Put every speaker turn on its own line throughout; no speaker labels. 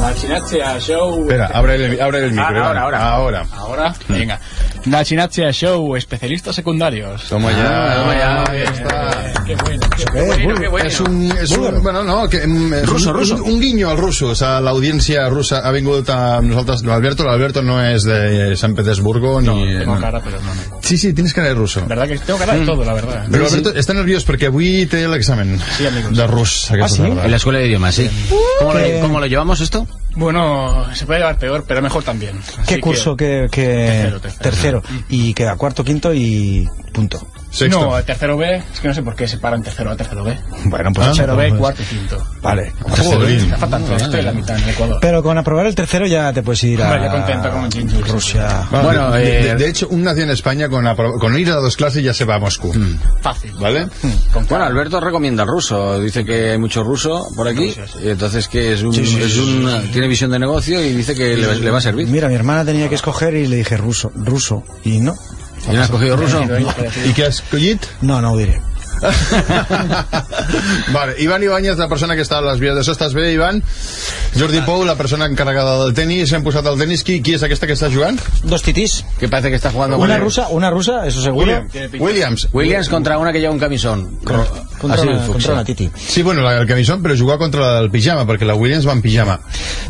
Nachinazia Show.
Espera, abre el, abre el micro.
Ah,
Iván.
ahora, ahora.
Ahora.
Ahora, venga. Nachinazia Show, especialistas secundarios.
Toma ya, toma ya,
Eh,
Ah, ahí está.
Qué bueno. qué
Eh,
bueno.
búlgaro.
qué bueno.
Es un, es un-
Búlgaro.
bueno, no, que, mm, és
Russo,
un,
russo.
Un, un guinyo als russos, a l'audiència russa. Ha vingut a nosaltres l'Alberto. L'Alberto no és de Sant Petersburgo
No,
ni...
tengo cara, pero no. no.
Sí, sí, tienes cara de russo.
La verdad que tengo cara de todo, la verdad.
Però Mm. Alberto està nerviós perquè avui té l'examen
Sí, amigos.
de rus aquesta
sí?
tarda.
Ah, En la escuela de idiomas, sí. ¿Cómo lo, cómo lo llevamos esto?
Bueno, se puede llevar peor, pero mejor también. Así
¿Qué
que-
curso? ¿Qué, qué-
Tercero, tercero.
Y queda cuarto, quinto y punto.
Sexto.
eh,
No, el tercero B, es que no sé por qué separan tercero A, tercero B.
Bueno, pues
Ah,
échalo.
Tercero B, cuarto y quinto.
Vale.
Jolín.
Me faltan tres, estoy en la mitad en Ecuador.
Pero con aprobar el tercero ya te puedes ir a
Hombre, yo contento como Ginger.
Rusia.
Bueno,
Bueno,
de, de-
eh,
de hecho, un nació en España con, apro- con ir a dos clases ya se va a Moscú.
Mm.
Fácil. Mm.
¿Vale?
Con
Bueno,
cara.
Alberto recomienda el ruso. Dice que hay mucho ruso por aquí. Y entonces que es un, es un- tiene visión de negocio y dice que le, le va a servir.
Mira, mi hermana tenía que escoger y le dije ruso, ruso. Y no,
¿Y no has cogido ruso?
¿Y qué has collit?
no, no ho diré.
vale, Ivan Ibáñez, la persona que està a les vies de sostes. Bé, Ivan. Jordi Pou, la persona encarregada del tennis. Hem posat el tennis. Qui, qui és aquesta que està jugant?
Dos titís.
Que parece que está jugando con
Una
el-
rusa, una rusa, eso seguro.
Williams.
Williams contra una que lleva un camisón.
Contra,
Así de
una,
fucsia.
contra una titi.
Sí, bueno, la, el camisón, però jugar contra la del pijama, perquè la Williams va en pijama.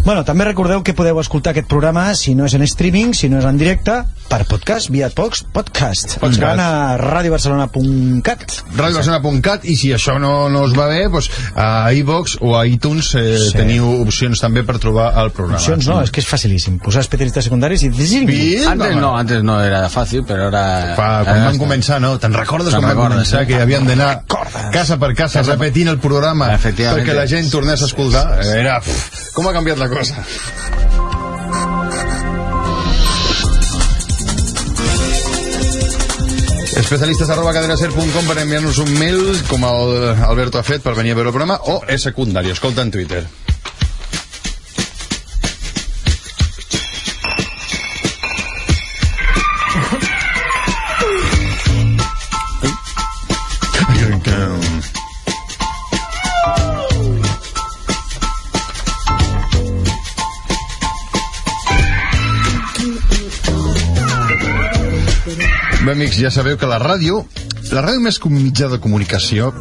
Bueno, també recordeu que podeu escoltar aquest programa si no és en streaming, si no és en directe, per podcast, via Pox Podcast.
Podcast.
Van a radiobarcelona.cat.
radiobarcelona.cat i si això no, no us va bé doncs a iVox o a iTunes eh, sí.
Sí.
teniu opcions també per trobar el programa
Opcions no, és que és facilíssim. Posar especialistes secundaris i...
Sí,
Antes
home.
no, antes no era fácil, pero ahora...
Fa, quan
ahora
vam
está.
començar, no? Te'n recordes
Eh, Te'n
quan vam
recordes,
començar
sí.
que havien d'anar
recordes.
casa per casa repetint el programa
Efectivament.
perquè la gent tornés a escoltar? Era... Pff, com ha canviat la cosa? especialistes arroba cadenaser.com per enviar-nos un mail com el Alberto ha fet per venir a veure el programa o és secundari, escolta en Twitter Bé, amics, ja sabeu que la ràdio, la ràdio més que un mitjà de comunicació,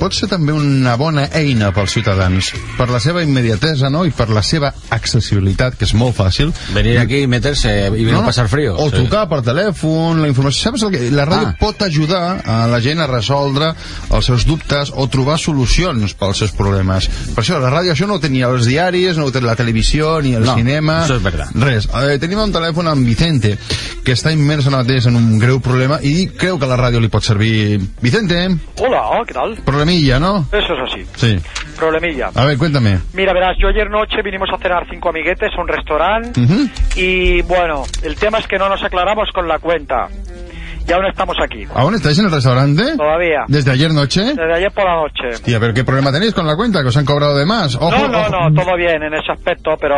pot ser també una bona eina pels ciutadans, per la seva immediatesa, no?, i per la seva accessibilitat, que és molt fàcil.
Venir aquí y meterse y no, pasar frío.
O
Sí.
trucar per telèfon, la informació... Saps el que... La ràdio
Ah.
pot ajudar a la gent a resoldre els seus dubtes o trobar solucions pels seus problemes. Per això, la ràdio això no ho tenia els diaris, no ho tenia la televisió, ni el
No,
cinema...
això és verdad.
Res. Eh, tenim un telèfon amb Vicente, que està immers ara mateix en un greu problema i creu que la ràdio li pot servir. Vicente,
Hola, ¿qué tal?
problemilla, no?
Eso es así.
Sí.
Problemilla.
A ver, cuéntame.
Mira, verás, yo ayer noche vinimos a cenar cinco amiguetes a un restaurante
Ujú.
y bueno, el tema es que no nos aclaramos con la cuenta. Y aún estamos aquí,
¿A ¿Aún estáis en el restaurante?
todavía.
¿Desde ayer noche?
Desde ayer por la noche.
Tía, pero ¿qué problema tenéis con la cuenta? Que os han cobrado de más. Ojo,
No, no,
ojo.
no, todo bien en ese aspecto, pero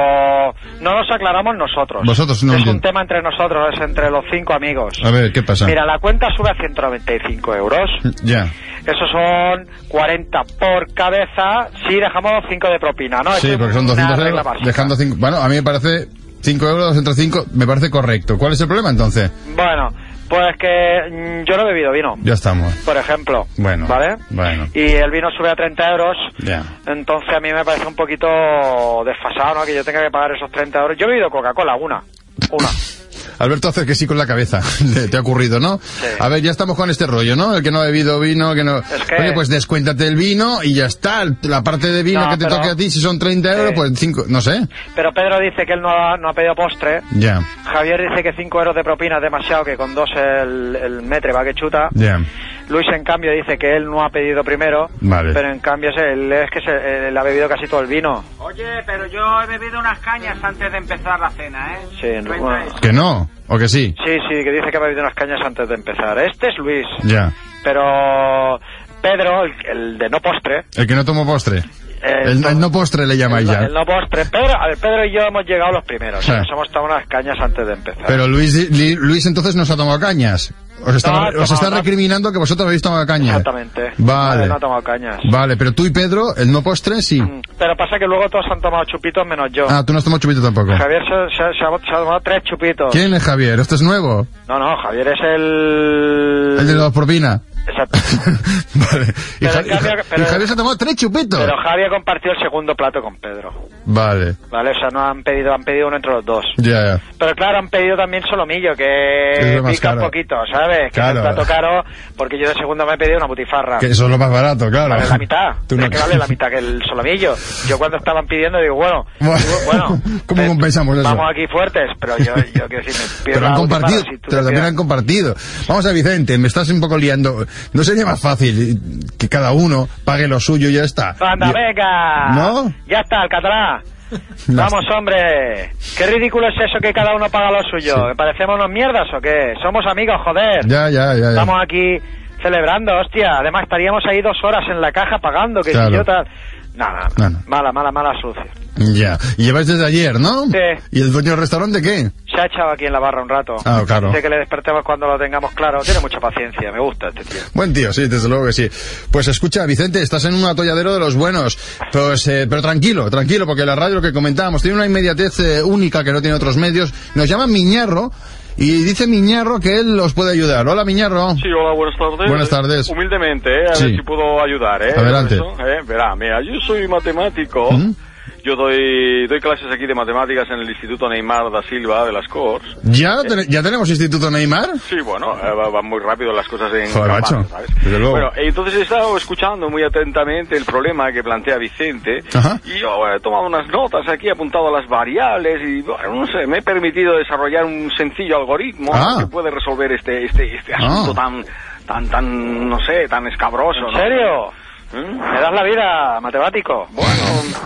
no nos aclaramos nosotros.
Vosotros no
Es un
entiendo. Ah,
tema entre nosotros, es entre los cinco amigos.
A ver, ¿qué pasa?
Mira, la cuenta sube a 195 euros.
Ya.
Eso son 40 por cabeza si dejamos 5 de propina, ¿no? Eso
Sí,
es
porque son
una
200
regla
euros.
básica.
Dejando 5. Bueno, a mí me parece 5 euros, entre 5, me parece correcto. ¿Cuál es el problema entonces?
Bueno, pues que mm, yo no he bebido vino,
Ya estamos.
por ejemplo.
Bueno,
¿Vale?
bueno.
Y el vino sube a 30 euros.
Ya.
Entonces a mí me parece un poquito desfasado, ¿no? Que yo tenga que pagar esos 30 euros. Yo he bebido Coca-Cola, una. Una.
Alberto hace que sí con la cabeza. Le- Te ha ocurrido, ¿no? A ver, ya estamos con este rollo, ¿no? El que no ha bebido vino, el que no.
Es que-
Oye, pues descuéntate el vino y ya está. La parte de vino
No,
que te
pero-
toque a ti, si son 30 euros,
Sí.
pues 5, no sé.
Pero Pedro dice que él no ha, no ha pedido postre.
Ya.
Javier dice que 5 euros de propina es demasiado, que con dos el, el metre va que chuta.
Ya.
Luis, en cambio, dice que él no ha pedido primero,
Vale.
pero en cambio es, él, es que se, él ha bebido casi todo el vino.
Oye, pero yo he bebido unas cañas antes de empezar la cena, ¿eh?
Sí, en-
Cuenta
bueno.
eso.
Que no, o que sí.
Sí, sí, que dice que ha bebido unas cañas antes de empezar. Este es Luis,
Ya.
pero Pedro, el, el de no postre,
El que no tomó postre.
eh,
El, el no postre le llamáis ya.
El no postre. Pedro, a ver, Pedro y yo hemos llegado los primeros.
Sí.
Nos hemos tomado unas cañas antes de empezar.
Pero Luis, Li- Luis entonces no se ha tomado cañas. Os está,
No, ha tomado
os está
cañas.
recriminando que vosotros habéis tomado cañas.
Exactamente.
Vale.
No he tomado cañas.
Vale, pero tú y Pedro, el no postre sí.
Mm, Pero pasa que luego todos han tomado chupitos menos yo.
Ah, tú no has tomado chupito tampoco.
Javier se, se- se ha, se ha tomado tres chupitos.
¿Quién es Javier? ¿Esto es nuevo?
No, no, Javier es el...
El de los propina.
Exacto.
vale. Y,
Pero
Ja-
en cambio-
y Ja-
pero-
y Javier se ha tomado tres chupitos.
Pero Javier compartió el segundo plato con Pedro.
Vale.
Vale, o sea, no han pedido, han pedido uno entre los dos.
Ya, ya.
Pero claro, han pedido también solomillo,
Que
que
es lo más
pica un
caro.
poquito, ¿sabes? Que es
Claro.
un plato caro, porque yo de segundo me he pedido una butifarra.
Que eso es lo más barato, claro.
Ah. Vale la mitad.
Tú
es
no-
que vale la mitad que el solomillo. Yo cuando estaban pidiendo digo, bueno,
Bueno,
digo, bueno, eh,
¿cómo compensamos eso?
Vamos aquí fuertes, pero yo, yo quiero decir, me
Te
pierdo
lo han
la butifarra,
compartido,
si
te lo
tú te
también
quedas-
han compartido. Vamos a Vicente, me estás un poco liando. ¿No sería más fácil que cada uno pague lo suyo y ya está?
Anda,
Y-
venga.
¿No?
Ya está, Alcatraz. Vamos, hombre. Qué ridículo es eso que cada uno paga lo suyo. ¿Me parecemos unos mierdas o qué? Somos amigos, joder.
Ya, ya, ya. ya.
Estamos aquí celebrando, hostia. Además, estaríamos ahí dos horas en la caja pagando, que si
Claro.
yo tal. Nada,
No, no.
mala, mala, mala sucia.
Ya. Y lleváis desde ayer, ¿no?
Sí.
¿Y el dueño del restaurante qué?
Se ha echado aquí en la barra un rato.
Ah, claro.
Dice que le despertemos cuando lo tengamos claro. Tiene mucha paciencia, me gusta este tío.
Buen tío, sí, desde luego que sí. Pues escucha, Vicente, estás en un atolladero de los buenos. Pues, eh, pero tranquilo, tranquilo, porque la radio, lo que comentábamos, tiene una inmediatez eh, única que no tiene otros medios. Nos llama Miñarro y dice Miñarro que él los puede ayudar. Hola, Miñarro.
Sí, hola, buenas tardes.
Buenas tardes.
Humildemente, ¿eh? a
Sí.
ver si puedo ayudar. ¿eh?
Adelante.
Eso, ¿eh? Verá, mira, yo soy matemático.
¿Mm?
Yo doy, doy clases aquí de matemáticas en el Instituto Neymar da Silva de las Corts.
¿Ya, ten- ¿Ya tenemos Instituto Neymar?
Sí, bueno, eh, va- van muy rápido las cosas en
Joder,
Japón,
macho. Desde luego.
Bueno, eh, entonces he estado escuchando muy atentamente el problema que plantea Vicente
Ajá.
y yo eh, he tomado unas notas aquí, he apuntado las variables y, bueno, no sé, me he permitido desarrollar un sencillo algoritmo
Ah.
que puede resolver este, este, este asunto tan, tan, tan, no sé, tan escabroso.
¿En
¿no?
serio?
¿Mm?
Me das la vida, matemático.
Bueno,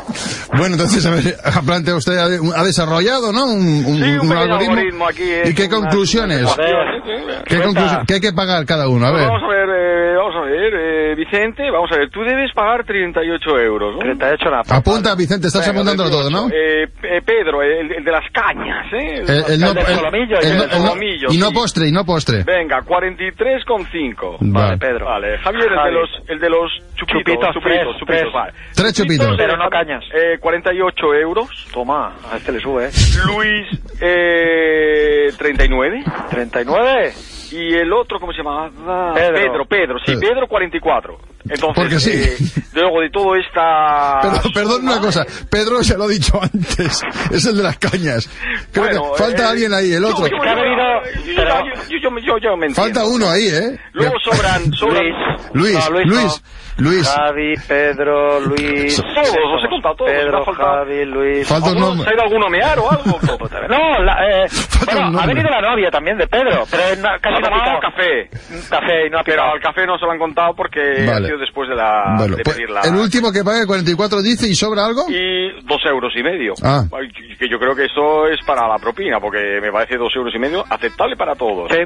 Bueno, entonces, a ver, ha planteado usted, ha, de- ha desarrollado, ¿no? Un, un-
sí, un,
un
pequeño algoritmo. aquí. eh,
¿Y qué
con unas-
conclusiones?
unas ecuaciones, eh,
¿Qué,
Cuenta.
conclusi- ¿Qué hay que pagar cada uno? A
Pues
ver.
Vamos a ver, eh, vamos a ver, eh, Vicente, vamos a ver, tú debes pagar 38 euros, ¿no?
38 la
Apunta, Vicente, estás
Venga,
apuntándolo todo, ¿no?
38. Eh, eh, Pedro, el, el de las cañas, ¿eh?
El- el no-
el del
el-
solomillo,
el
el
no-
del
el no-
solomillo,
y no
sí.
postre, y no postre.
Venga, 43,5.
Vale.
Vale, Pedro.
Vale, Javier, el de
Javi.
los, el de los chupitos,
Chupitos, tres, tres.
vale.
Tres chupitos.
Pero no cañas.
Eh, 48 euros.
Toma, a este le sube, ¿eh?
Luis, eh, 39.
39.
Y el otro, ¿cómo se llamaba?
Ah. Pedro.
Ah, Pedro, Pedro, sí,
Pedro.
Pedro 44. Entonces,
Porque sí.
eh, luego de todo esta...
Pero, perdón
suma,
una cosa, Pedro ya lo he dicho antes, es el de las cañas. Creo
Bueno,
que falta
eh,
alguien ahí, el
yo-
otro.
yo-
Que ha venido-
yo- yo-
pero-
yo- yo- yo- yo me entiendo.
Falta uno ahí, ¿eh?
Luego sobran, sobran Ah,
Luis,
No, Luis,
Luis, Luis.
Javi, Pedro, Luis.
Todos, os he contado todos, me
Pedro,
ha faltado.
Javi, Luis.
Falta un
¿Alguno-
nombre.
¿Se ha ido alguno a mear o algo? Puta, ¿verdad?
No, la, eh,
Falta un
bueno, ha
nombre.
venido la novia también de Pedro, pero no-
Ha
casi no ha
tomado
picado.
café.
Un café y no ha
Pero
picado.
al café no se lo han contado porque
Vale.
ha sido después de, la,
Bueno,
de
pues,
pedir la...
el último que pague 44 dice y sobra algo.
Y dos euros y medio.
Ah.
Ay, Que yo creo que eso es para la propina, porque me parece dos euros y medio aceptable para todos.
Sí,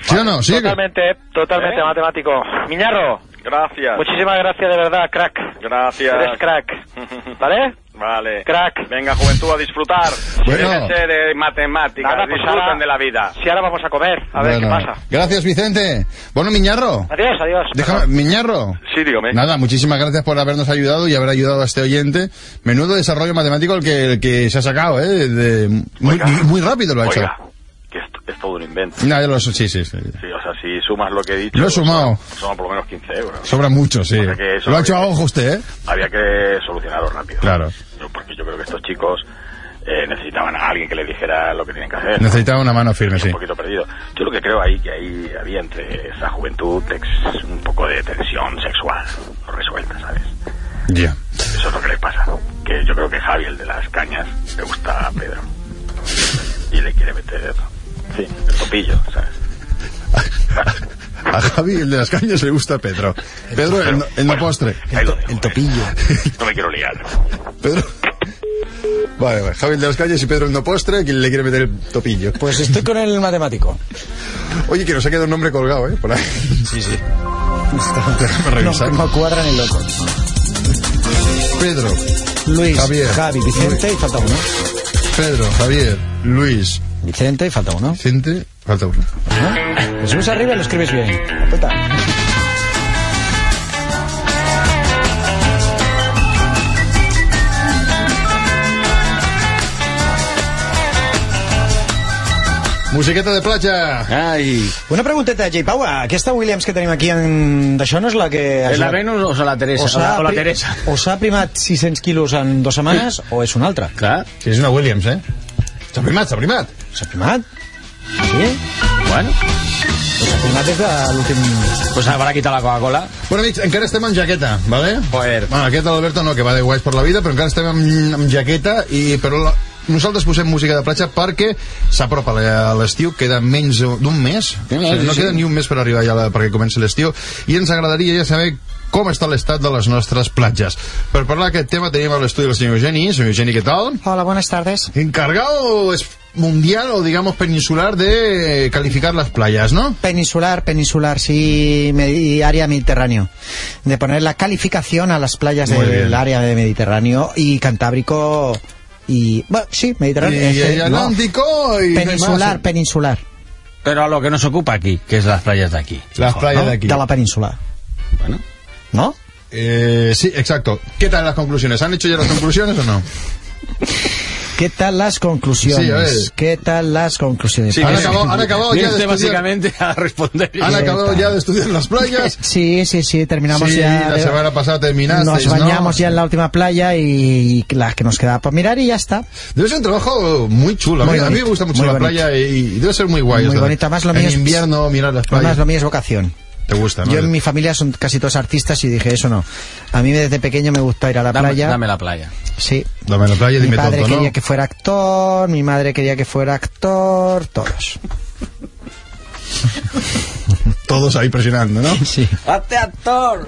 ¿Sí o no? Sí.
totalmente, totalmente
¿Eh?
matemático. Miñarro,
Gracias.
muchísimas gracias de verdad, crack.
Gracias.
Eres crack. ¿Vale?
Vale.
Crack.
Venga, juventud, a disfrutar.
Bueno.
Deben ser eh, matemáticas,
Nada, pues
disfruten
ahora-
de la vida.
Si ahora vamos a comer, a ver
Bueno,
qué pasa.
Gracias, Vicente. Bueno, Miñarro.
Adiós, adiós.
Déjame, Miñarro.
Sí, dígame.
Nada, muchísimas gracias por habernos ayudado y haber ayudado a este oyente. Menudo desarrollo matemático el que, el que se ha sacado, ¿eh? De- muy,
Oiga.
muy rápido lo ha hecho.
Oiga, que esto es todo un invento.
Nada, yo lo sé, sí, sí, sí.
Sí, o sea, si sumas lo que he dicho...
Lo he sumado.
Son por lo menos 15 euros.
Sobra mucho, sí.
O sea que eso
Lo ha
lo
hecho a
dice.
ojo usted, ¿eh?
Había que solucionarlo rápido.
Claro.
Yo- Porque yo creo que estos chicos eh, necesitaban a alguien que les dijera lo que tienen que hacer.
Necesitaba una mano firme, sí.
un poquito perdido. Yo lo que creo ahí que ahí había entre esa juventud ex- un poco de tensión sexual no resuelta, ¿sabes?
Ya.
Eso es lo que les pasa. Que yo creo que Javi, el de las cañas, le gusta a Pedro. Y le quiere meter, sí, el topillo, ¿sabes?
A Javi, el de las cañas, le gusta Pedro. Pedro, el, no- el no postre.
Ahí lo dejo,
El
¿eh?
topillo.
No me quiero liar.
Pedro. Vale, vale. Javi, el de las cañas y Pedro, el no postre, quien le quiere meter el topillo.
Pues estoy con el matemático.
Oye, que nos ha quedado un nombre colgado, ¿eh? Por ahí.
Sí, sí.
Déjame revisar.
No, no cuadra ni loco.
Pedro,
Luis,
Javier.
Javi, Vicente y falta uno.
Pedro, Javier, Luis,
Vicente y falta uno.
Vicente, falta uno.
Lo subes arriba y lo escribes bien. Aprieta.
Musiqueta de platja.
Ai,
Una pregunteta, Jay Pau, aquesta Williams que tenim aquí en... d'això no és la que...
és la Venus o és la Teresa?
Os ha,
O la
pri-
Teresa.
Os ha primat 600 quilos en dues setmanes o és una altra?
Clar,
Sí, és una Williams, eh? S'ha primat, s'ha primat.
S'ha primat? Sí?
bueno,
S'ha primat des de l'últim...
pues habrá quitar la Coca-Cola.
Bueno, amics, encara estem en jaqueta, vale?
Joder.
Bueno, aquest de l'Alberto no, que va de guais per la vida, però encara estem en, en jaqueta, i, però la, nosaltres posem música de platja perquè s'apropa la- l'estiu, queda menys d'un mes,
Sí,
o sigui, no
sí.
queda ni un mes per arribar ja la, perquè comenci l'estiu, i ens agradaria ja saber com està l'estat de les nostres platges. Per parlar d'aquest tema tenim a l'estudi el senyor Eugeni. Senyor Eugeni, què tal?
Hola, buenas tardes.
Encargado es mundial o digamos peninsular de calificar las playas, ¿no?
Peninsular, peninsular, sí, me- y área mediterráneo. De poner la calificación a las playas
Muy bien.
del área de Mediterráneo y Cantábrico y... Bueno, sí,
Y,
Mediterráneo. este,
el
no.
Atlántico y ¿eh? no hay más.
Peninsular, peninsular.
Pero a lo que nos ocupa aquí, que es las playas de aquí.
Las playas de aquí.
De la península.
Bueno,
¿No?
Eh, sí, exacto. ¿Qué tal las conclusiones? ¿Han hecho ya las conclusiones o no?
¿Qué tal las
Sí, a ver.
conclusiones? ¿Qué tal las conclusiones?
Sí,
A
han
ver.
acabado, han acabado ya de
viniste
estudiar,
básicamente a responder.
han acabado
está.
ya de estudiar las playas.
Sí, sí, sí, terminamos
Sí,
ya.
la
de-
semana pasada terminaste.
Nos bañamos ya en la última playa y, y la que nos quedaba por mirar y ya está.
Debe ser un trabajo muy chulo. A mí,
Muy
a mí me
bonito,
gusta mucho
muy
la
bonito.
playa y, y debe ser muy guay.
Muy
o sea,
bonito, además lo
en
mío es-
invierno mirar las playas.
Además, lo mío es vocación.
Te gusta, ¿no?
Yo en mi familia son casi todos artistas y dije, eso no. A mí desde pequeño me gusta ir a la
Dame,
playa.
dame la playa.
Sí.
Dame la playa y
Mi
dime
padre
tonto, ¿no?
quería que fuera actor, mi madre quería que fuera actor, todos.
Todos ahí presionando, ¿no?
¡Hazte actor!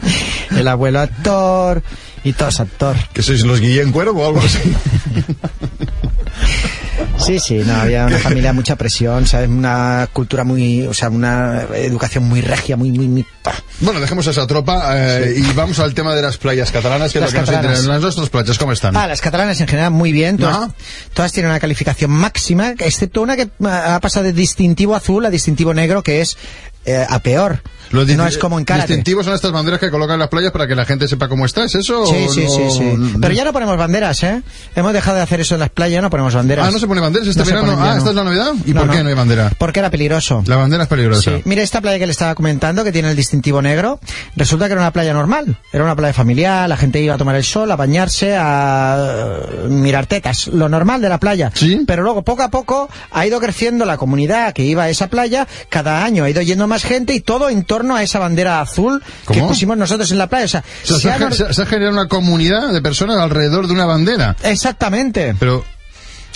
El abuelo actor y todos actor.
Que sois los Guillén Cuervo o algo así.
Sí, sí, no, había una familia mucha presión, ¿sabes? Una cultura muy, o sea, una educación muy regia, muy, muy, muy... pa.
Bueno, dejemos esa tropa eh, y vamos al tema de las playas catalanas, que es
Las
lo que
catalanas.
nos interesa. Las nuestras playas, ¿cómo están?
Ah, las catalanas en general muy bien, todas,
No.
todas tienen una calificación máxima, excepto una que ah, ha pasado de distintivo azul a distintivo negro, que es eh, a peor.
Los
no
disti-
es como en karate.
distintivos son estas banderas que colocan en las playas para que la gente sepa cómo está, ¿es eso?
Sí,
o
sí,
no?
sí, sí. Pero ya no ponemos banderas, ¿eh? Hemos dejado de hacer eso en las playas, ya no ponemos banderas.
Ah, no se pone banderas este
se
verano.
ponen ya,
Ah,
no.
¿esta es la novedad? ¿Y por qué no hay bandera?
Porque era peligroso.
La bandera es peligrosa.
Sí. Mira esta playa que le estaba comentando, que tiene el distintivo negro. Resulta que era una playa normal. Era una playa familiar, la gente iba a tomar el sol, a bañarse, a eh, mirar tetas. Lo normal de la playa.
Sí.
Pero luego, poco a poco, ha ido creciendo la comunidad que iba a esa playa. Cada año ha ido yendo más gente y todo en torno a esa bandera azul que
¿Cómo?
pusimos nosotros en la playa. O sea,
O sea,
se
se, ha,
han or-
ge- se ha- se ha generado una comunidad de personas alrededor de una bandera.
Exactamente.
Pero,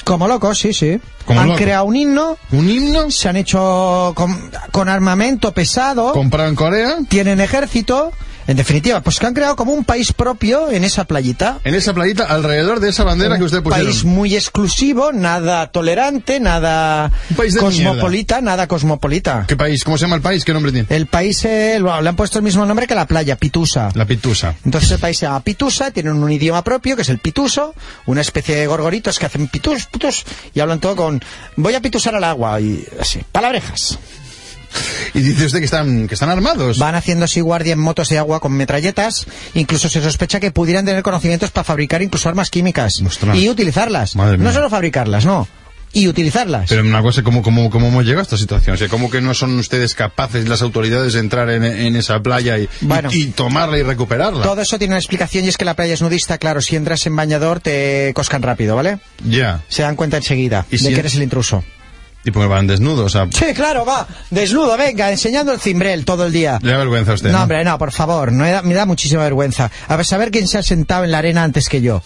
Como locos, sí, sí.
Como
han
locos.
creado un himno,
¿un himno?
se han hecho con, con armamento pesado,
¿Comprado en Corea?
tienen ejército, en definitiva, pues que han creado como un país propio en esa playita.
En esa playita, alrededor de esa bandera
un
que usted pusieron.
país muy exclusivo, nada tolerante, nada
Un país de
cosmopolita, nada cosmopolita.
¿Qué país? ¿Cómo se llama el país? ¿Qué nombre tiene?
El país eh, lo- le han puesto el mismo nombre que la playa, Pitusa.
La Pitusa.
Entonces el país se llama Pitusa, tienen un idioma propio que es el pituso, una especie de gorgoritos que hacen pitus, pitus, y hablan todo con voy a pitusar al agua y así, palabrejas.
Y dice usted que están, que están armados.
Van haciendo así guardia en motos de agua con metralletas, incluso se sospecha que pudieran tener conocimientos para fabricar incluso armas químicas
Ostras.
y utilizarlas,
Madre mía.
no solo fabricarlas, no, y utilizarlas.
Pero una cosa, ¿cómo, cómo, ¿cómo hemos llegado a esta situación? O sea, ¿cómo que no son ustedes capaces, las autoridades, de entrar en, en esa playa y,
Bueno.
y, y tomarla y recuperarla?
Todo eso tiene una explicación y es que la playa es nudista, claro, si entras en bañador te coscan rápido, ¿vale?
Ya.
Se dan cuenta enseguida
¿Y
de
si en-
que eres el intruso.
Y porque van desnudos. O sea,
Sí, claro, va, desnudo, venga, enseñando el cimbrel todo el día.
le da vergüenza a usted.
No,
¿no?
hombre, no, por favor, no, me da- me da muchísima vergüenza. A ver, saber quién se ha sentado en la arena antes que yo.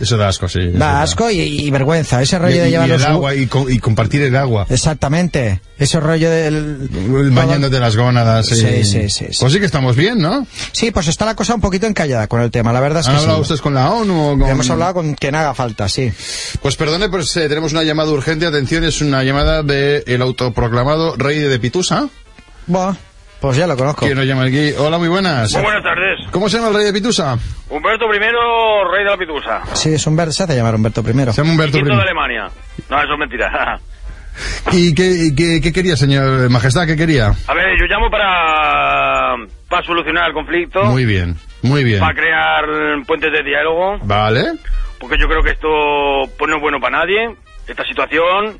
Eso da asco, sí. eso
Da asco y, y vergüenza. Ese rollo
Y,
de
y
llevar
el
los... gu-
agua, y, co- y compartir el agua.
Eh, Exactamente. Ese rollo del...
Bañándote las gónadas. y-
Sí, sí, sí, sí.
Pues sí que estamos bien, ¿no?
Sí, pues está la cosa un poquito encallada con el tema, la verdad es que
¿Han hablado
sí.
ustedes con la ONU? o con-
Hemos hablado con quien haga falta, sí.
Pues perdone, pues eh, tenemos una llamada urgente. Atención, es una llamada del autoproclamado rey de Pitusa.
Bueno, Pues ya lo conozco.
¿Quién nos llama aquí? Hola, muy buenas.
Muy buenas tardes.
¿Cómo se llama el rey de Pitusa?
Humberto I, rey de la Pitusa.
Sí, es Humberto, se hace llamar Humberto I.
Se llama Humberto
Quinto
I.
de Alemania. No, eso es mentira.
¿Y qué, qué, qué quería, señor Majestad? ¿Qué quería?
A ver, yo llamo para, para solucionar el conflicto,
Muy bien, muy bien.
para crear puentes de diálogo,
Vale.
porque yo creo que esto pues, no es bueno para nadie. Esta situación,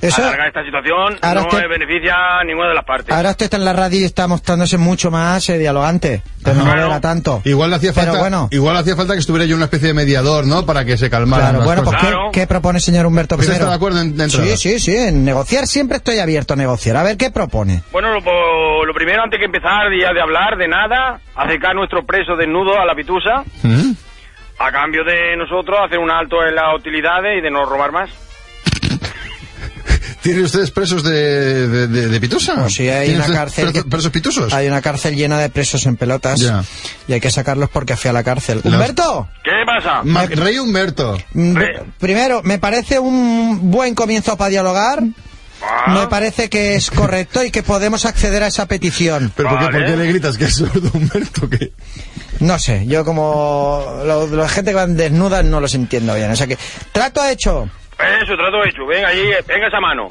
Eso,
alargar esta situación,
Ahora
no
es que-
le beneficia a ninguna de las partes.
ahora usted está en la radio y está mostrándose mucho más eh, dialogante. Pero no
Claro.
era tanto.
Igual le hacía
Pero
falta,
bueno.
igual le hacía falta que estuviera yo una especie de mediador, ¿no? Para que se calmaran
Claro,
las
bueno, pues
cosas.
¿qué,
Claro.
qué propone señor Humberto
¿Usted
primero?
¿Pues está de acuerdo en- de entrada?
Sí, sí, sí, en negociar siempre estoy abierto a negociar. A ver, ¿qué propone?
Bueno, lo, po- lo primero, antes que empezar ya de hablar de nada, acercar nuestro preso desnudo a la pitusa,
¿Mm?
a cambio de nosotros hacer un alto en las utilidades y de no robar más.
¿Tiene ustedes presos de, de, de- de pitusa?
Pues sí, hay
¿Tiene
una
ustedes
cárcel
preso-
que-
¿Presos pitusos?
Hay una cárcel llena de presos en pelotas
Pues- Ya.
y hay que sacarlos porque fui a la cárcel.
Los-
¡Humberto!
¿Qué pasa?
Ma- Rey Humberto.
Mm,
Re-
Primero, me parece un buen comienzo para dialogar.
Ah.
Me parece que es correcto y que podemos acceder a esa petición.
¿Pero por, qué,
Vale.
por qué le gritas que es sordo Humberto? Que...
No sé, yo como lo- la gente que van desnudas no los entiendo bien. O sea que, trato hecho.
Eso, trato hecho. Venga, ahí, eh, venga esa mano.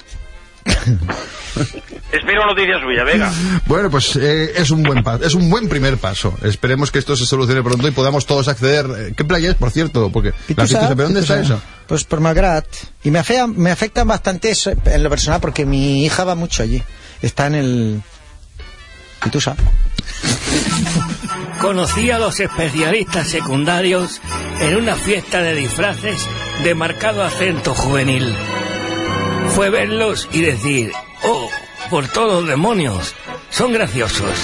Espero noticias suyas, venga.
Bueno, pues eh, es un buen pa- es un buen primer paso. Esperemos que esto se solucione pronto y podamos todos acceder. eh, ¿Qué playa es, por cierto? Porque la
Pitusa,
Pitusa, ¿pero dónde
Pitusa.
está eso?
Pues por Malgrat. Y me, afea- me afectan bastante eso en lo personal porque mi hija va mucho allí. Está en el... Pitusa.
Conocí a los especialistas secundarios en una fiesta de disfraces de marcado acento juvenil. Fue verlos y decir, oh, por todos los demonios, son graciosos.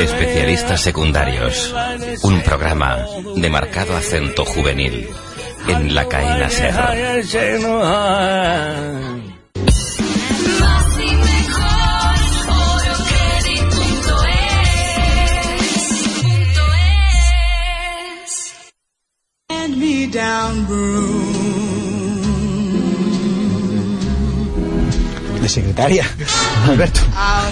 Especialistas secundarios. Un programa de marcado acento juvenil en la cadena Serra.
De secretaria. Alberto.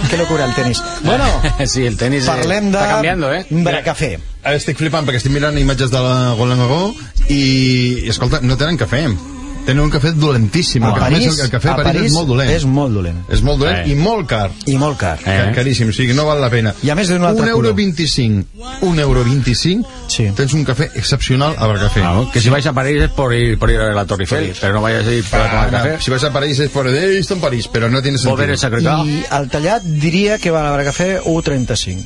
Qué locura el tenis. Bueno,
sí, el tenis eh,
parlem de...
está cambiando, ¿eh?
Bracafé.
Ara estic flipant perquè estic mirant imatges de la Roland Garros i, i escolta, no tenen cafè. Tenen un cafè dolentíssim.
A
el, que
París,
més- el cafè
a
a París, és molt dolent.
És molt dolent.
És molt dolent i
Eh.
molt car.
I molt car.
Eh. Caríssim, o sigui, no val la pena.
I a més d'un altre
un euro
color.
25, un euro 25,
Sí.
tens un cafè excepcional a Barcafé.
Claro, que si vais a París es por ir, por ir a la Torre Eiffel, pero no vayáis a ir
Ah,
para tomar café.
Si vas a París és por de esto en París, però no tiene
Poder
sentido.
el secretario.
I el tallat diria que va a Bracafé 1,35.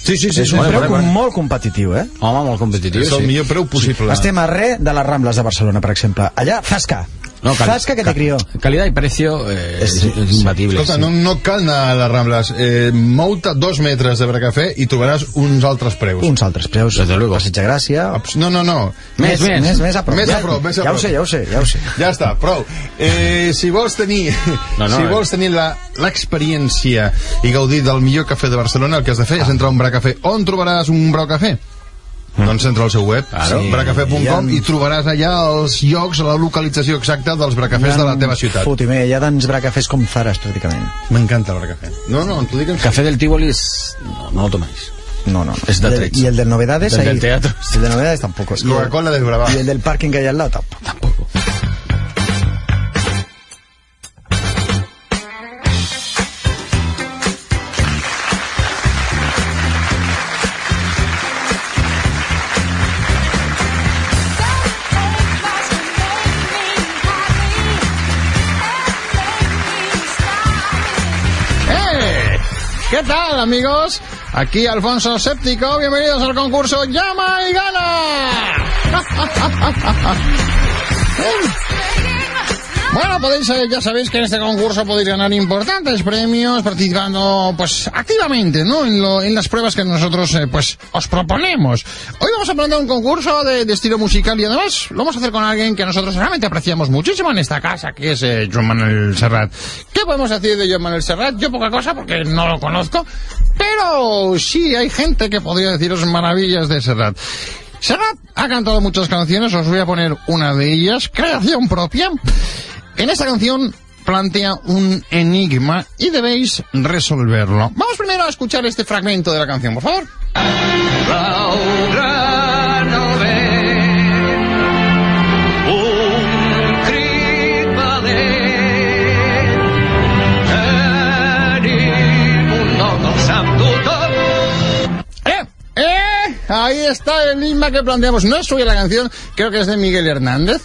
Sí, sí, sí.
És un preu molt competitiu, eh?
Home, molt competitiu,
És el
sí.
millor preu possible.
Estem a re de les Rambles de Barcelona, per exemple. Allà, Zasca. No,
cal-
Zasca que te
cal-
crió.
Calidad y precio eh, es,
Sí,
es imbatible.
Escolta,
sí.
no, no cal anar a les Rambles. Eh, Mou-te dos metres de Barcafé i trobaràs uns altres preus.
Uns altres preus.
Desde luego.
Passeig de Gràcia.
No, no, no.
Més, més.
Més, més a prop.
Més a
Ja-
prop, més a
ja ho
prop.
sé, ja ho sé, ja ho sé.
Ja està, prou. Eh, si vols tenir,
No, no,
si
eh.
vols tenir la- l'experiència i gaudir del millor cafè de Barcelona, el que has de
Ah.
fer és entrar a un bracafé. On trobaràs un bracafé?
Hm.
Doncs entra al seu web, claro. bracafé.com,
hi ha-
i trobaràs allà els llocs, la localització exacta dels bracafés de la teva ciutat.
Fot i me, hi ha tants bracafés com fares, pràcticament.
M'encanta el bracafé. No, no, t'ho dic en
Café del Tívoli es- No, no lo tomáis.
No, no.
És de
I el-
trets.
I el del Novedades,
Del- del
ahí.
teatro.
El del Novedades, tampoc. I el-
Coca-Cola desbravada.
I el del pàrquing que hi ha al lado, tampoc.
¡Eh! ¿Qué tal, amigos? Aquí Alfonso Séptico, bienvenidos al concurso Llama y Gana. Bueno, podéis, eh, ya sabéis que en este concurso podéis ganar importantes premios participando, pues, activamente, ¿no? En, lo- en las pruebas que nosotros, eh, pues, os proponemos. Hoy vamos a plantear un concurso de, de estilo musical y además lo vamos a hacer con alguien que nosotros realmente apreciamos muchísimo en esta casa, que es eh, Joan Manuel Serrat. ¿Qué podemos decir de Joan Manuel Serrat? Yo poca cosa porque no lo conozco, pero sí hay gente que podría deciros maravillas de Serrat. Serrat ha cantado muchas canciones, os voy a poner una de ellas, creación propia. En esta canción plantea un enigma y debéis resolverlo. Vamos primero a escuchar este fragmento de la canción, por favor. ¡Eh! ¡Eh! Ahí está el enigma que planteamos. No es suya la canción, creo que es de Miguel Hernández.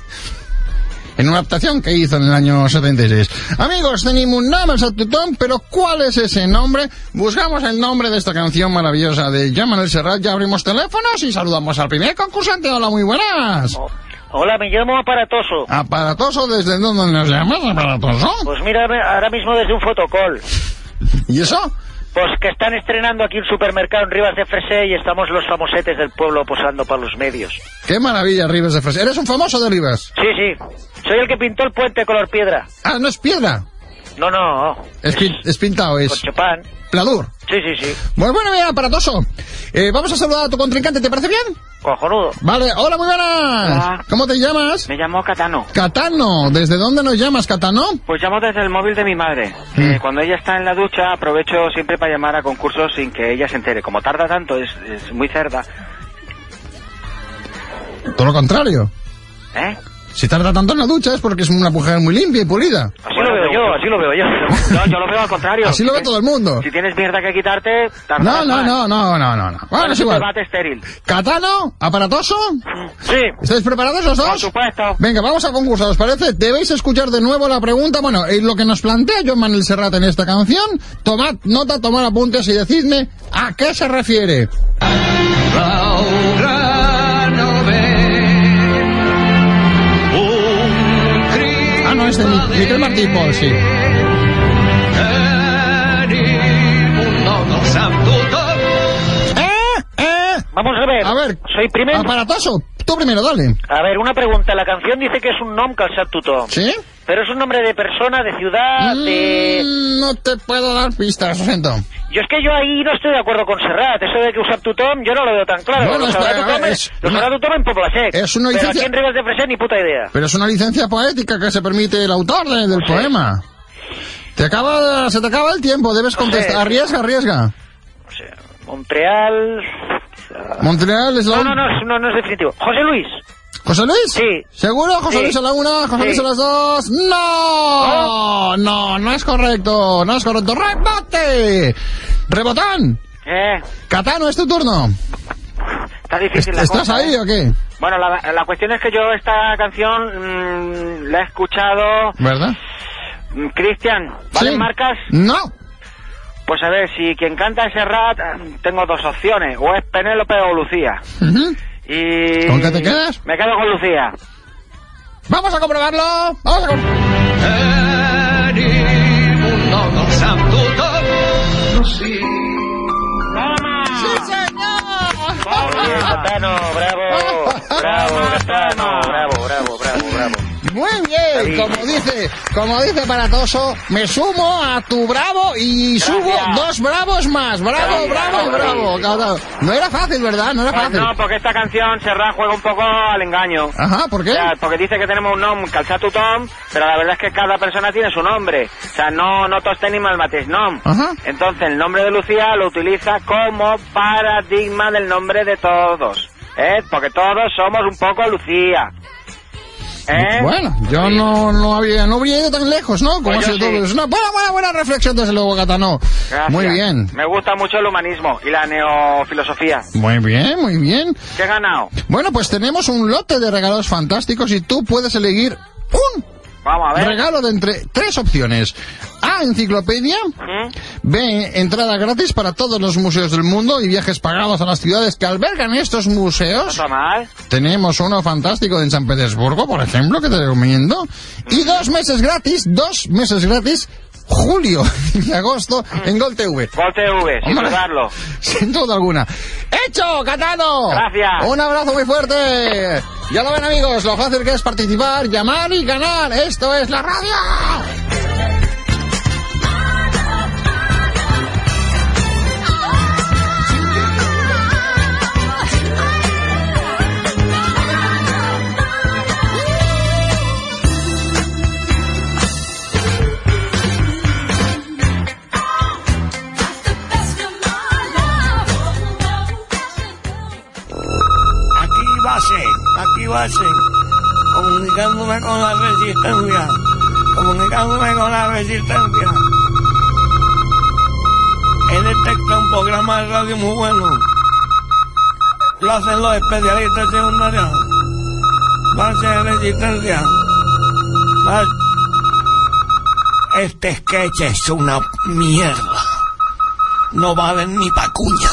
En una adaptación que hizo en el año 76. Amigos, tenemos un nombre tothom, pero ¿cuál es ese nombre? Buscamos el nombre de esta canción maravillosa de Jamal Serrat. Ya abrimos teléfonos y saludamos al primer concursante. Hola, muy buenas.
Oh. Hola, me llamo Aparatoso.
Aparatoso, ¿desde dónde nos llamas, aparatoso?
Pues mira, ahora mismo desde un fotocall.
¿Y eso?
Pues que están estrenando aquí un supermercado en Rivas de Fresé y estamos los famosetes del pueblo posando para los medios.
Qué maravilla, Rivas de Fresé. ¿Eres un famoso de Rivas?
Sí, sí. Soy el que pintó el puente color piedra.
Ah, no es piedra.
No, no.
Es, pin- es pintado, es.
Con Chopin.
Pladur.
Sí, sí, sí.
Bueno, bueno, mira, aparatoso. Eh, vamos a saludar a tu contrincante, ¿te parece bien?
Cojonudo.
Vale, hola, muy buenas.
Hola.
¿Cómo te llamas?
Me llamo Catano.
Catano. ¿Desde dónde nos llamas, Catano?
Pues llamo desde el móvil de mi madre.
Mm.
Eh, cuando ella está en la ducha, aprovecho siempre para llamar a concursos sin que ella se entere. Como tarda tanto, es, es muy cerda.
Todo lo contrario.
¿Eh?
Si tarda tanto en la ducha es porque es una mujer muy limpia y pulida.
Así lo veo yo, así lo veo yo. No, yo lo veo al contrario.
Así lo ve todo el mundo.
Si tienes mierda que quitarte, tarda
No,
más.
no, no, no, no, no. no.
Por
Bueno, es
eso te
igual.
bate estéril.
Catano, aparatoso.
Sí.
¿Estáis preparados los dos?
Por supuesto.
Venga, vamos a concursar, ¿os parece? Debéis escuchar de nuevo la pregunta. Bueno, eh, lo que nos plantea John Manuel Serrat en esta canción. Tomad nota, tomad apuntes y decidme a qué se refiere. Ah, no, es de Mi- Miquel Martí y Pol, sí. Eh,
Vamos a ver.
A ver,
Soy primero.
Aparatoso, tú primero, dale.
A ver, una pregunta. La canción dice que es un nom calçat tothom.
¿Sí?
Pero es un nombre de persona, de ciudad, de...
Mm, No te puedo dar pistas, lo siento.
Yo es que yo ahí no estoy de acuerdo con Serrat. Eso de que usar tutom, yo no lo veo tan claro.
Bueno,
lo
espera,
sabrá
a
tutom
ver,
en-
es
lo sabrá tutom en Poblasec.
es una
Pero
licencia-
aquí en Rivas de Fresé ni puta idea.
Pero es una licencia poética que se permite el autor de- del poema. Te acaba, se te acaba el tiempo, debes contestar. Arriesga, arriesga.
Montreal...
Montreal es la
No, no, no, es- no, no es definitivo. José Luis.
¿José Luis?
Sí.
¿Seguro? ¿José
Sí.
Luis a la una? ¿José
Sí. ¿Oh?
Luis a las dos? ¡No! No, no es correcto, no es correcto. ¡Rebote! ¡Rebotán!
Eh,
Catano, es tu turno.
está difícil la
¿Estás
cosa,
ahí
¿eh?
o qué?
Bueno, la, la cuestión es que yo esta canción mm, la he escuchado...
¿Verdad?
Mm, Cristian, ¿vale
Sí.
marcas?
No.
Pues a ver, si quien canta es Serrat, eh, tengo dos opciones. O es Penélope o Lucía.
Ujú.
Y...
¿Con qué te quedas?
Me quedo con Lucía.
Vamos a comprobarlo. Vamos a comprobarlo.
¡Sí, señor! Catano, bravo, bravo, Catano, bravo, bravo, bravo, bravo.
Muy bien, como dice, como dice Paratoso, me sumo a tu bravo y subo dos bravos más. Bravo, bravo y bravo. Cabrón. No era fácil, ¿verdad? No era
Ah,
Pues
fácil.
no, porque esta canción Serrat juega un poco al engaño.
Ajá, ¿por qué?
O sea, porque dice que tenemos un nombre, calzat tothom, pero la verdad es que cada persona tiene su nombre. O sea, no, no tots tenim el mateix nom.
Ajá.
Entonces, el nombre de Lucía lo utiliza como paradigma del nombre de todos. ¿eh? Porque todos somos un poco Lucía. ¿Eh?
Bueno, yo no, no había, no habría ido tan lejos, ¿no? Como
Pues yo
ha sido
sí.
todo. Es una buena, buena, buena reflexión desde luego, Gatano.
Gracias.
Muy bien.
Me gusta mucho el humanismo y la neofilosofía.
Muy bien, muy bien.
¿Qué he ganado?
Bueno, pues tenemos un lote de regalos fantásticos y tú puedes elegir un
Vamos a ver.
regalo de entre tres opciones. A, enciclopedia. B, entrada gratis para todos los museos del mundo y viajes pagados a las ciudades que albergan estos museos.
¿Está mal?
Tenemos uno fantástico en San Petersburgo, por ejemplo, que te recomiendo. Y dos meses gratis, dos meses gratis, julio y agosto en Gol TV.
Gol TV, sin
Hombre.
dudarlo.
Sin duda alguna. ¡Hecho, Catano!
Gracias.
Un abrazo muy fuerte. Ya lo ven, amigos, lo fácil que es participar, llamar y ganar. Esto es la radio.
comunicándome con la resistencia, comunicándome con la resistencia. En este está un programa de radio muy bueno. Lo hacen los especialistas secundarios. Base de resistencia. Base
Este sketch es una mierda. No valen ni pacuña.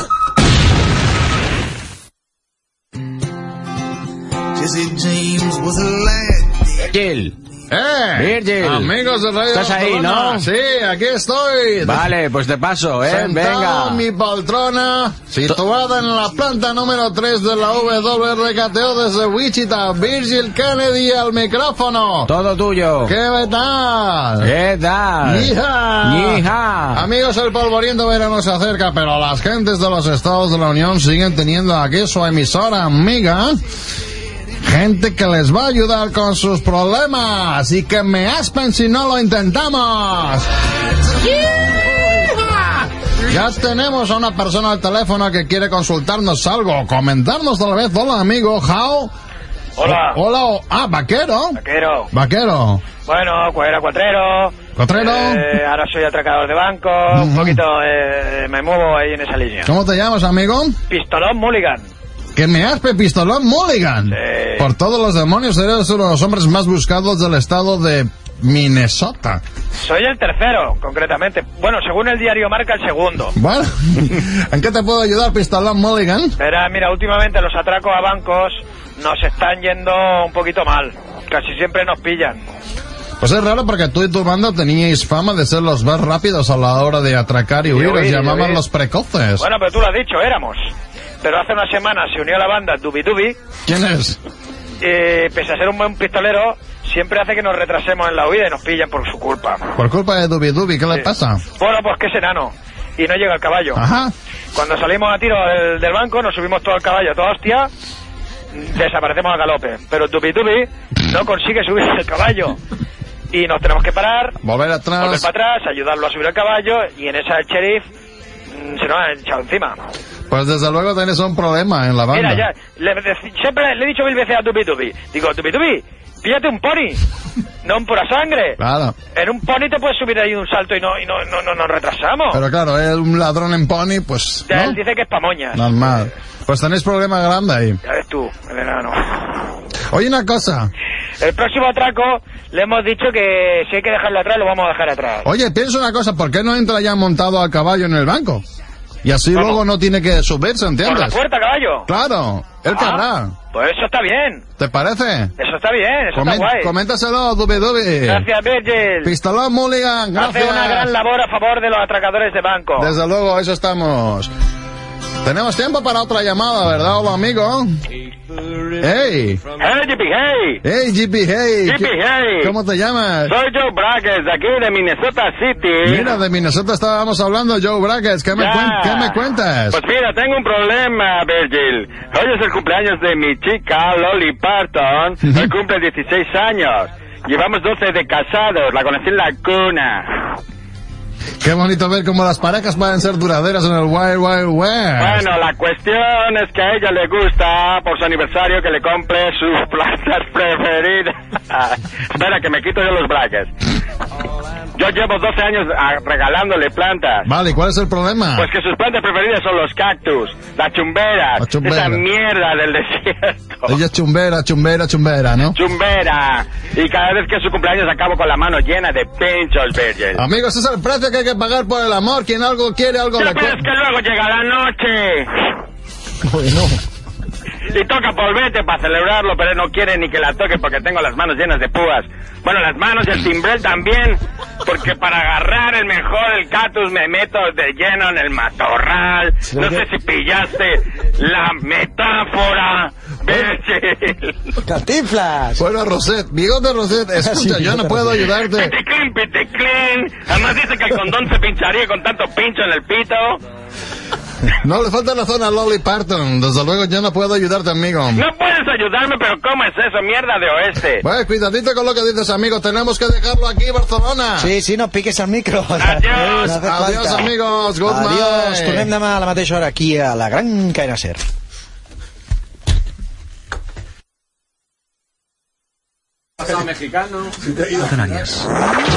Jesse James was a lad.
Virgil.
¡Eh!
Virgil.
Amigos de Radio
Estás ahí,
Barcelona.
¿no?
Sí, aquí estoy.
Vale, pues te paso, ¿eh?
Sentado
Venga.
en mi poltrona, situada en la planta número 3 de la WRKTO desde Wichita, Virgil Kennedy al micrófono.
Todo tuyo.
¿Qué tal?
¿Qué tal?
¡Yija!
¡Yija!
Amigos, el polvoriento verano se acerca, pero las gentes de los estados de la Unión siguen teniendo aquí su emisora amiga. Gente que les va a ayudar con sus problemas y que me aspen si no lo intentamos. Ya tenemos a una persona al teléfono que quiere consultarnos algo, comentarnos tal vez. Hola, amigo, how?
Hola.
O- hola, o- ah, vaquero.
Vaquero.
Vaquero.
Bueno, pues era cuatrero.
Cuatrero.
Eh, ahora soy atracador de banco. Un poquito eh, me muevo ahí en esa línea.
¿Cómo te llamas, amigo?
Pistolón Mulligan.
Que me aspe pistolón Mulligan. Por todos los demonios, eres uno de los hombres más buscados del estado de Minnesota.
Soy el tercero, concretamente. Bueno, según el diario Marca, el segundo.
Bueno, ¿en qué te puedo ayudar, pistolón Mulligan?
Verá, mira, últimamente los atracos a bancos nos están yendo un poquito mal. Casi siempre nos pillan.
Pues es raro porque tú y tu banda teníais fama de ser los más rápidos a la hora de atracar y
Sí,
huir.
huir,
Os
y
llamaban
huir.
los precoces.
Bueno, pero tú lo has dicho, éramos. Pero hace una semana se unió a la banda Dubi Dubi.
¿Quién es?
Eh, pese a ser un buen pistolero, siempre hace que nos retrasemos en la huida y nos pillan por su culpa.
Por culpa de Dubi Dubi, ¿qué le
Sí.
pasa?
Bueno, pues que es enano. Y no llega el caballo.
Ajá.
Cuando salimos a tiro del, del banco, nos subimos todo al caballo, toda hostia, desaparecemos a galope. Pero Tupi Tupi no consigue subir al caballo. Y nos tenemos que parar,
Volver
volver
atrás.
para atrás, ayudarlo a subir al caballo, y en esa el sheriff mm, se nos ha echado encima.
Pues desde luego tenés un problema en la banda.
Mira, ya, le, dec- siempre le he dicho mil veces a Tupi Tupi, digo, Tupi Tupi, píllate un pony, no un pura sangre.
Claro.
En un pony te puedes subir ahí de un salto y no, y no, no, no nos retrasamos.
Pero claro, es un ladrón en pony, pues.
Ya él
¿no?
dice que es pamoñas.
Normal. Pues tenéis problema grande ahí.
Ya ves tú, el enano.
Oye, una cosa.
El próximo atraco le hemos dicho que si hay que dejarlo atrás, lo vamos a dejar atrás.
Oye, pienso una cosa, ¿por qué no entra ya montado a caballo en el banco? Y así luego no tiene que subirse,
Por la
¿entiendes?
puerta, caballo.
Claro, él
Ah,
cabrá.
Pues eso está bien.
¿Te parece?
Eso está bien, eso
Comen-
está guay.
coméntaselo, Dubi Dubi.
Gracias, Virgil.
Pistolón Mulligan, gracias.
Hace una gran labor a favor de los atracadores de banco.
Desde luego, eso estamos. Tenemos tiempo para otra llamada, ¿verdad, hola amigo? ¡Hey!
Hey, Jippy, hey.
¡Hey, GP, hey!
Jippy,
¿Qué-
hey.
¿Cómo te llamas?
Soy Joe Brackers, de aquí de Minnesota City.
Mira, de Minnesota estábamos hablando, Joe Brackets. ¿Qué, me,
Ya.
cuen- ¿qué me cuentas?
Pues mira, tengo un problema, Virgil. Hoy es el cumpleaños de mi chica, Lolly Parton. Hoy cumple 16 años. Llevamos 12 de casados. La conocí en la cuna.
Qué bonito ver cómo las parejas pueden ser duraderas en el Wild Wild West.
Bueno, la cuestión es que a ella le gusta, por su aniversario, que le compre sus plantas preferidas. Espera, que me quito yo los brackets. Yo llevo 12 años ah, regalándole plantas.
Vale, ¿y ¿cuál es el problema?
Pues que sus plantas preferidas son los cactus, las chumberas,
La chumbera.
esa mierda del desierto,
Ella es chumbera, chumbera, chumbera, ¿no?
chumbera. Y cada vez que es su cumpleaños acabo con la mano llena de pinchos, Virgil.
Amigos, ese es el precio que hay que pagar por el amor. Quien algo quiere, algo
Ya,
le
pero es que luego llega la noche
Bueno,
y toca polvete para celebrarlo, pero no quiere ni que la toque porque tengo las manos llenas de púas. Bueno, las manos y el timbrel también, porque para agarrar el mejor, el cactus, me meto de lleno en el matorral. No sé si pillaste la metáfora, Virgil.
Catiflas. Bueno, Roset, bigote Roset, escucha,
Sí,
yo no
bigote
puedo
Roset.
ayudarte.
Piteclin, piteclin. Además dice que el condón se pincharía con tanto pincho en el pito.
No le falta razón a Lolly Parton. Desde luego yo no puedo ayudarte, amigo.
No puedes ayudarme, pero ¿cómo es eso? Mierda de oeste.
Bueno, cuidadito con lo que dices, amigo. Tenemos que dejarlo aquí, Barcelona.
Sí, sí, no piques al micro.
Adiós.
No hace
Adiós,
falta.
amigos. Goodbye.
Adiós. Tornem demà a la mateixa hora aquí a la Gran Caena Ser.
mexicano.
Canarias.